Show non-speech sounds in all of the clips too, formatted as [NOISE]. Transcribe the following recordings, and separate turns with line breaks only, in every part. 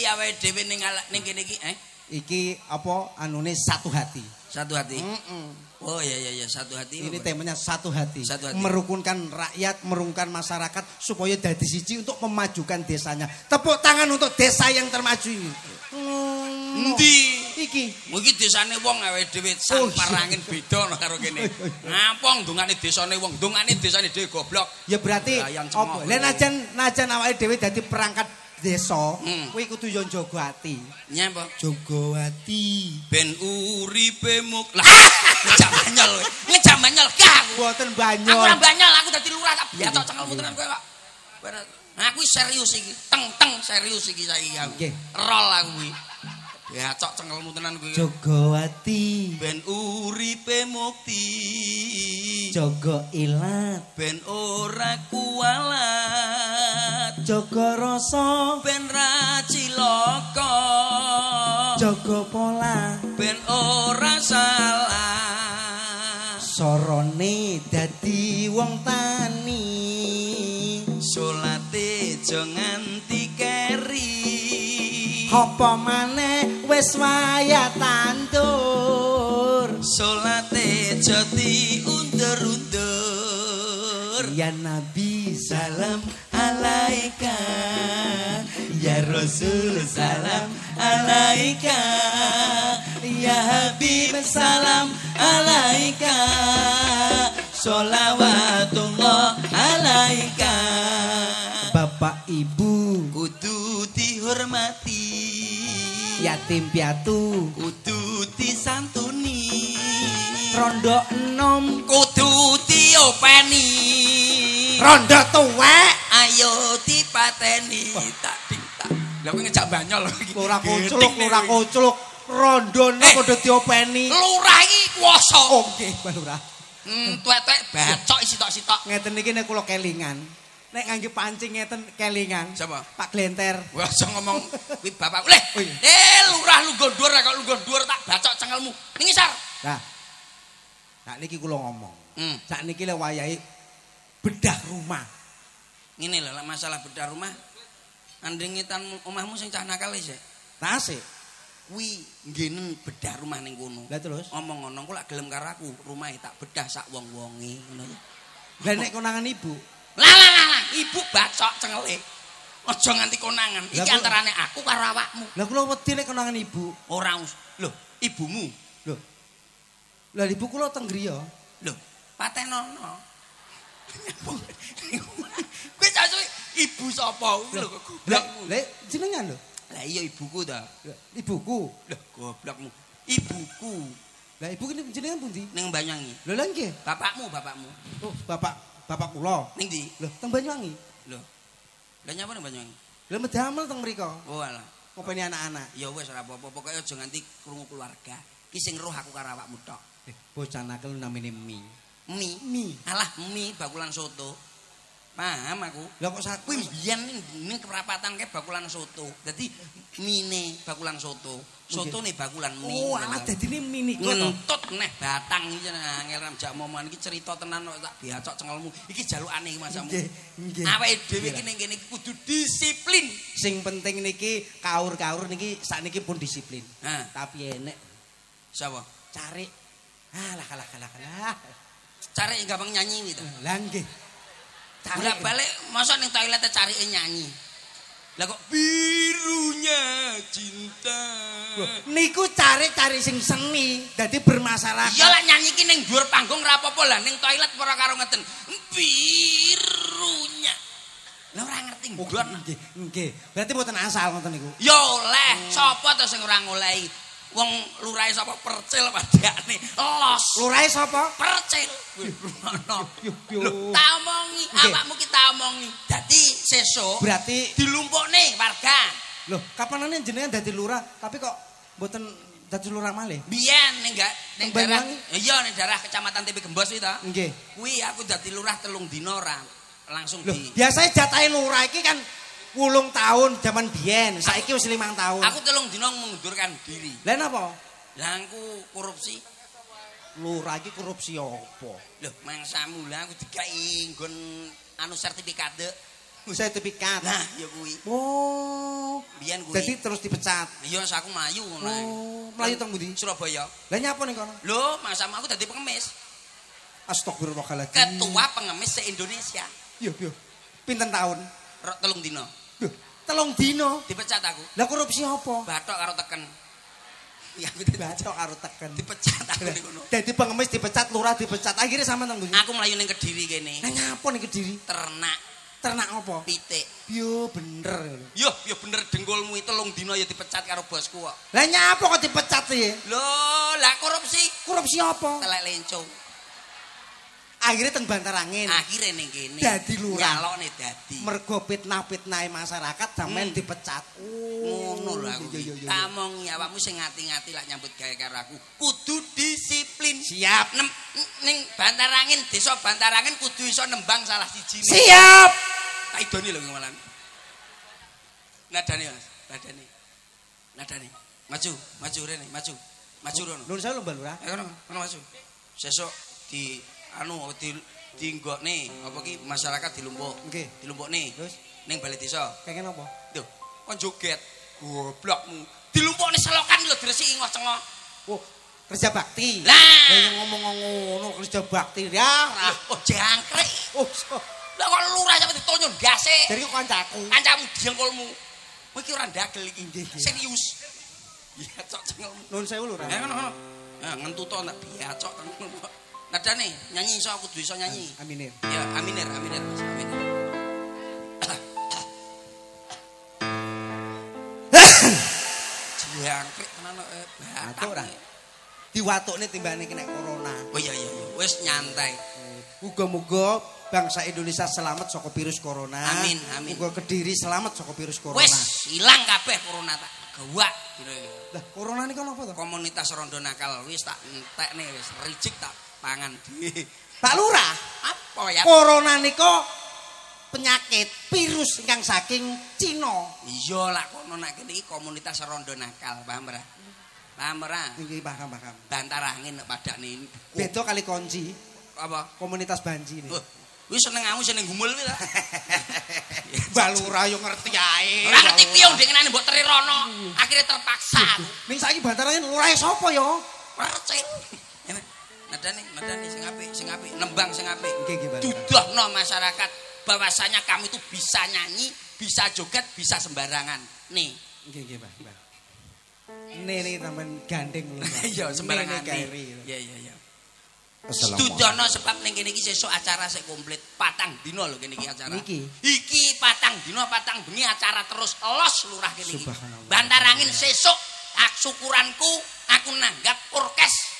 nanti ning ala- ning kene iki eh
Iki apa anune satu hati.
satu hati.
Mm-mm.
Oh iya iya iya satu hati.
Ini
Pak.
temanya satu hati.
Satu hati.
Merukunkan rakyat, merungkan masyarakat supaya jadi siji untuk memajukan desanya. Tepuk tangan untuk desa yang termaju ini.
Endi?
Iki.
Mungkin desane wong awake dhewe
Oh,
sak
iya. Oh,
parangin beda no karo kene. Ngapong dungane desane wong, dungane desane dhewe goblok.
Ya berarti
Ya, yang
apa?
cemok.
Lah najan najan awake dhewe dadi perangkat desa,
Hmm.
kuwi kudu yo njogo ati.
Nyapa?
Jogo ati.
Ben uripemu. Lah, ngejak banyol. kowe. Ngejak banyol gak aku.
Mboten
Aku
banyon.
ora banyol, aku dadi lurah tak biatok cengelmu tenan kowe kok. Kowe ora- Aku iki serius iki, teng-teng serius iki saiki aku.
Nggih.
Rol aku iki. Biatok cengelmu tenan kowe.
Jogo ati.
Ben uripe mukti.
Jogo ilat.
Ben ora kualat.
Jogo rasa.
ben ra cilaka
Jogo pola.
ben ora salah
Sorone dadi wong tani.
solate aja nganti keri
Apa maneh wis waya tandur.
solate aja diundur-undur
Ya Nabi
salam
salam
alaika ya rasul salam alaika ya habib salam alaika sholawatullah alaika
Bapak Ibu.
kudu dihormati
yatim piatu
kudu disantuni
rondo enom
kudu diopeni
rondo tuwek
Ayo dipateni tak ding tak. Lah kowe ngejak banyol iki.
ora
Gedeng
koceluk
Gitu nih
ora
kowe.
koceluk rondo no
Eh. Oh.
kudu diopeni
Lurah iki kuwasa.
oke Pak Lurah
Twetek bacok sitok-sitok.
ngeten iki nek kula kelingan nek ngangge pancing ngeten kelingan
Siapa?
Pak Glenter
Wah, aja ngomong kuwi bapak. Leh,
Oh iya.
eh lurah lu gondor kok lu gondor tak bacok cengelmu. Ning ngisor.
nah nah niki kula ngomong
Hmm,
sak niki le wayahe bedah rumah
ngene lho lek masalah bedah rumah. Andringitan omahmu sing cah nakal isih.
nah asik
Kuwi ngene bedah rumah ning kono.
lah terus
Omong ngono ku lak gelem karo aku, rumahe tak bedah sak wong-wonge ngono lho.
lah nek konangan ibu
Lah lah lah, lah. ibu bacok cengele. Aja nganti konangan. Iki
Lah, kok-
antarane aku karo awakmu.
lah kula wedi nek konangan ibu
Ora us. Lho, ibumu.
lho lah ibu kula teng griya
Lho, patenono. Kowe cak suwi, ibu sapa kuwi lho kok goblokmu.
Lah, jenengan lho
Lah iya ibuku ta.
Lah, ibuku
Lho, goblokmu. Ibuku
lah ibu kene jenengan pundi
ning Banyuwangi.
lho lan nggih
Bapakmu, bapakmu.
oh bapak bapak kula
Ning ndi?
lho teng Banyuwangi
Lho. Lah nyapa ning Banyuwangi?
lho medamel teng mriko
Oh alah.
ngopeni anak-anak
Ya wis ora apa-apa, pokoke aja nganti krungu keluarga. Ki sing roh aku karo awakmu tok.
eh bocah nakal namine Mi
Mi.
Mi
Alah mie bakulan soto. Paham aku.
lho kok sak
Kuwi mbiyen ning- ning keprapatan ke bakulan soto. Dadi mine bakulan soto. Sotone bakulan mie.
oh alah dadine Mi Hmm. niku to
ngentut neh batang iki jeneng angel ra jak momongan iki cerita tenan kok tak biacok cengelmu. Iki jalukane iki masamu.
nggih nggih
Awake dhewe iki ning kene iki kudu disiplin.
sing penting niki kaur-kaur niki sakniki pun disiplin
Hah,
tapi enek
sapa?
cari Ah, alah alah alah alah
Cari yang gampang nyanyi gitu.
Ah, lah nggih
Bolak balik masa ning toilet cari nyanyi. Lah kok birunya cinta.
Loh, niku cari-cari sing seni dadi bermasyarakat
Iya lah nyanyi ki ning dhuwur panggung ra apa-apa lah ning toilet ora karo ngeten. Birunya. Lah ora ngerti
Bukan
ndon.
nggih, nggih. Berarti mboten asal ngoten niku.
Ya oleh, sapa to sing ora ngolehi? Wong lurahe sapa percil padhane. Los.
Lurahe sapa?
Percil. Wih, Ngono.
Yo
Lho, tak omongi,
Nggih.
awakmu ki tak omongi. Dadi sesuk
Berarti
dilumpukne warga.
lho, kapanane jenengan dadi lurah tapi kok mboten dadi lurah malih?
Biyen ning ga- ning
Teng
daerah
Banyuwangi?
iya ning daerah Kecamatan TP Gembos itu.
Nggih.
Kuwi aku dadi lurah telung dina ora langsung
Lho,
di.
biasanya jatahe lurah iki kan wulung tahun zaman biyen, saiki wis limang tahun.
Aku telung dina mengundurkan diri.
Lah napa?
Lah aku korupsi.
Lurah iki korupsi apa?
Lho, mangsamu lah aku dikai nggon anu sertifikat.
sertifikat.
Nah, ya kuwi.
Oh.
Biyen kuwi.
Jadi terus dipecat.
iya aku mlayu ngono. ae.
Oh, mlayu teng pundi?
Surabaya.
Lah nyapa ning kono?
Lho, masamu aku dadi pengemis.
Astagfirullahaladzim.
Ketua
Hmm.
pengemis se-Indonesia.
Yo yo. Pinten tahun?
Rok telung dina.
Duh, telung dino.
Dipecat aku.
Lah korupsi apa?
Batok karo teken. Ya aku dadi-
Bacok karo teken.
dipecat aku
Lah,
ning kono.
Dadi pengemis dipecat, lurah dipecat. Akhirnya sama teng pundi?
Aku mlayu ning Kediri kene.
Lah nyapa ning Kediri?
Ternak
Ternak apa?
pitik.
Yo bener.
Yo, yo bener dengkulmu iki telung dina ya dipecat karo bosku kok.
Lah nyapa kok dipecat ya?
Lho, lah korupsi.
Korupsi apa?
Telek lencung.
Akhirnya teng bantar angin.
Akhire ning kene.
Dadi lurah.
Nyalone dadi.
Mergo fitnah-fitnahe masyarakat
Hmm.
sampean
Oh,
dipecat.
ngono lho aku.
Yo, yo, yo, yo.
Tamong awakmu sing ngati-ngati lak nyambut gawe karo aku. Kudu disiplin.
Siap.
Nem, ning Bantarangin, desa Bantarangin kudu iso nembang salah siji.
Siap.
Tak idoni lho ngomalan. Nadane Mas, nadane. Nadane. Maju, maju rene, maju. Maju rono.
Lur saya lomba lurah.
Ayo rono, rono maju. Sesuk di anu di dinggokne apa ki masyarakat dilumpuk.
Nggih.
Dilumpukne.
Terus?
ning balai desa.
Pengen apa?
Duh, kon joget. Goblokmu. Dilumpukne selokan lho diresiki ngoh-cengoh.
Oh, kerja bakti.
Lah.
Lah yang ngomong ngono kerja bakti ya.
Ah, oh jangkrik.
Oh, so.
Lah kok lurah sampe ditonyo ndase.
jadi kok kancaku.
Kancamu diengkolmu. Kowe iki ora ndagel iki.
Nggih, nggih.
Serius. Iya, cok cengelmu.
Nun saya lurah.
Ya ngono ngono. Nah, ngentut to ndak biacok tenan kok. Nadane nyanyi iso aku duwe iso nyanyi.
Amin. ya.
Ya, aminir, aminir, Mas, aminir. Jangkrik tenan kok eh,
Ngatur,
batang.
ah. Diwatukne timbane kena corona.
Oh iya iya iya, wis nyantai.
Muga-muga bangsa Indonesia selamat saka virus corona.
Amin, amin.
Muga Kediri selamat saka virus corona.
Wis ilang kabeh corona tak gawak. Gitu, gitu.
Lah, corona ini kan apa to?
Komunitas rondo nakal wis tak entekne wis ricik tak pangan. [LAUGHS]
Pak Lurah,
Apa ya?
corona niko penyakit virus ingkang saking Cina.
Iya lah kono nak kene iki komunitas rondo nakal, paham ora? Paham ora?
Iki paham paham.
Bantarangin nek padane ini.
Beda kali konci
apa?
komunitas banji [LAUGHS] ini.
Wah, Wis seneng kamu seneng gumul ah. kuwi ta.
Balura yo ngerti ya. ae.
Ora ngerti piye ngenani mbok teri rono, akhire terpaksa.
Ning saiki bantarane lurahe sapa yo?
Percil. Enak. Nadane, nadane sing apik, sing apik, nembang sing apik.
Nggih, nggih, Pak.
Dudohno masyarakat bahwasanya kamu itu bisa nyanyi, bisa joget, bisa sembarangan. Nih,
Nggih nggih, Pak. Pak. Nene sampean gandeng lho. Pak.
[LAUGHS] iya sembarangan.
Nene keri.
nih. Iya, iya, iya. Dudono sebab ning kene iki sesuk acara sik komplit. Patang dina lho kene iki acara.
Niki.
Iki patang dina patang bengi acara terus los lurah kene iki.
Subhanallah.
Bantarangin sesuk ak syukuranku aku nanggap orkes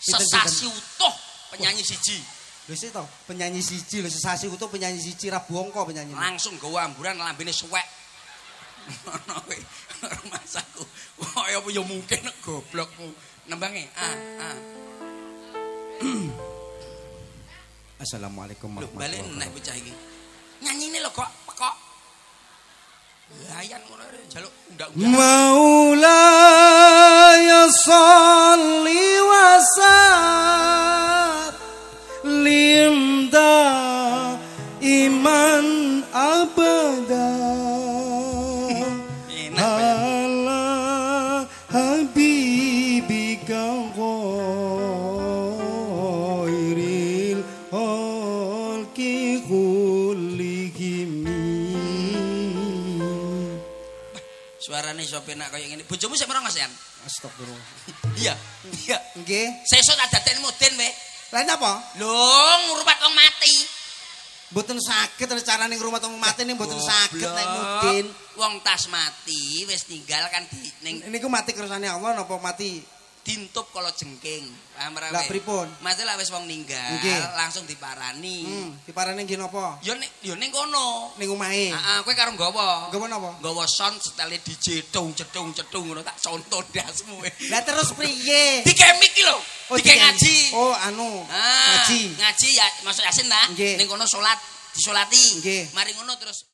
Pinten,
sesasi utuh penyanyi siji
Lho sih to, penyanyi siji lho sesasi utuh penyanyi siji ra bongko penyanyi.
langsung gawa amburan lambene suwek. [LAUGHS] Ngono kowe. Masaku. Kaya apa ya mungkin goblokmu. Nembange. Ah, ah.
Assalamualaikum
Lho balik nek bocah iki. Nyanyine lho kok pekok. Layan ngono lho, jaluk undang-undang.
مولاي صل وسلم دائما [LAUGHS] ابدا
Enak banyak.
على حبيبك غير الخلق كلهم
Suarane iso penak kaya ngene. Bojomu sik merongos ya?
Astagfirullah.
Iya. Iya.
Nggih.
Sesuk tak dadekne mudin we.
Lah napa?
Lho, ngurupat wong mati.
Mboten saged recanane ngrumat wong mati ning mboten saged nek
Goblok.
mudin.
Wong tas mati wis tinggal kan di ning
Niku mati kersane Allah napa mati?
dintup kalau jengking. Paham ora
Lah,
we?
pripun?
Masalah wis wong ninggal
Nggih.
langsung diparani.
Hmm, diparani nggih napa?
Yo ning yo ning kono.
Ning omahe.
Heeh, kowe karo nggawa.
Nggawa napa?
nggawa sound setel DJ dung jedung jedung ngono tak contoh dasmu we.
Lah terus priye?
Dike mik iki lho. Dike
Oh, dikai.
ngaji.
Oh, anu.
Ah,
Ngaji.
Ngaji ya maksud Yasin ta.
Nggih.
Ning kono salat disolati.
Nggih.
Mari ngono terus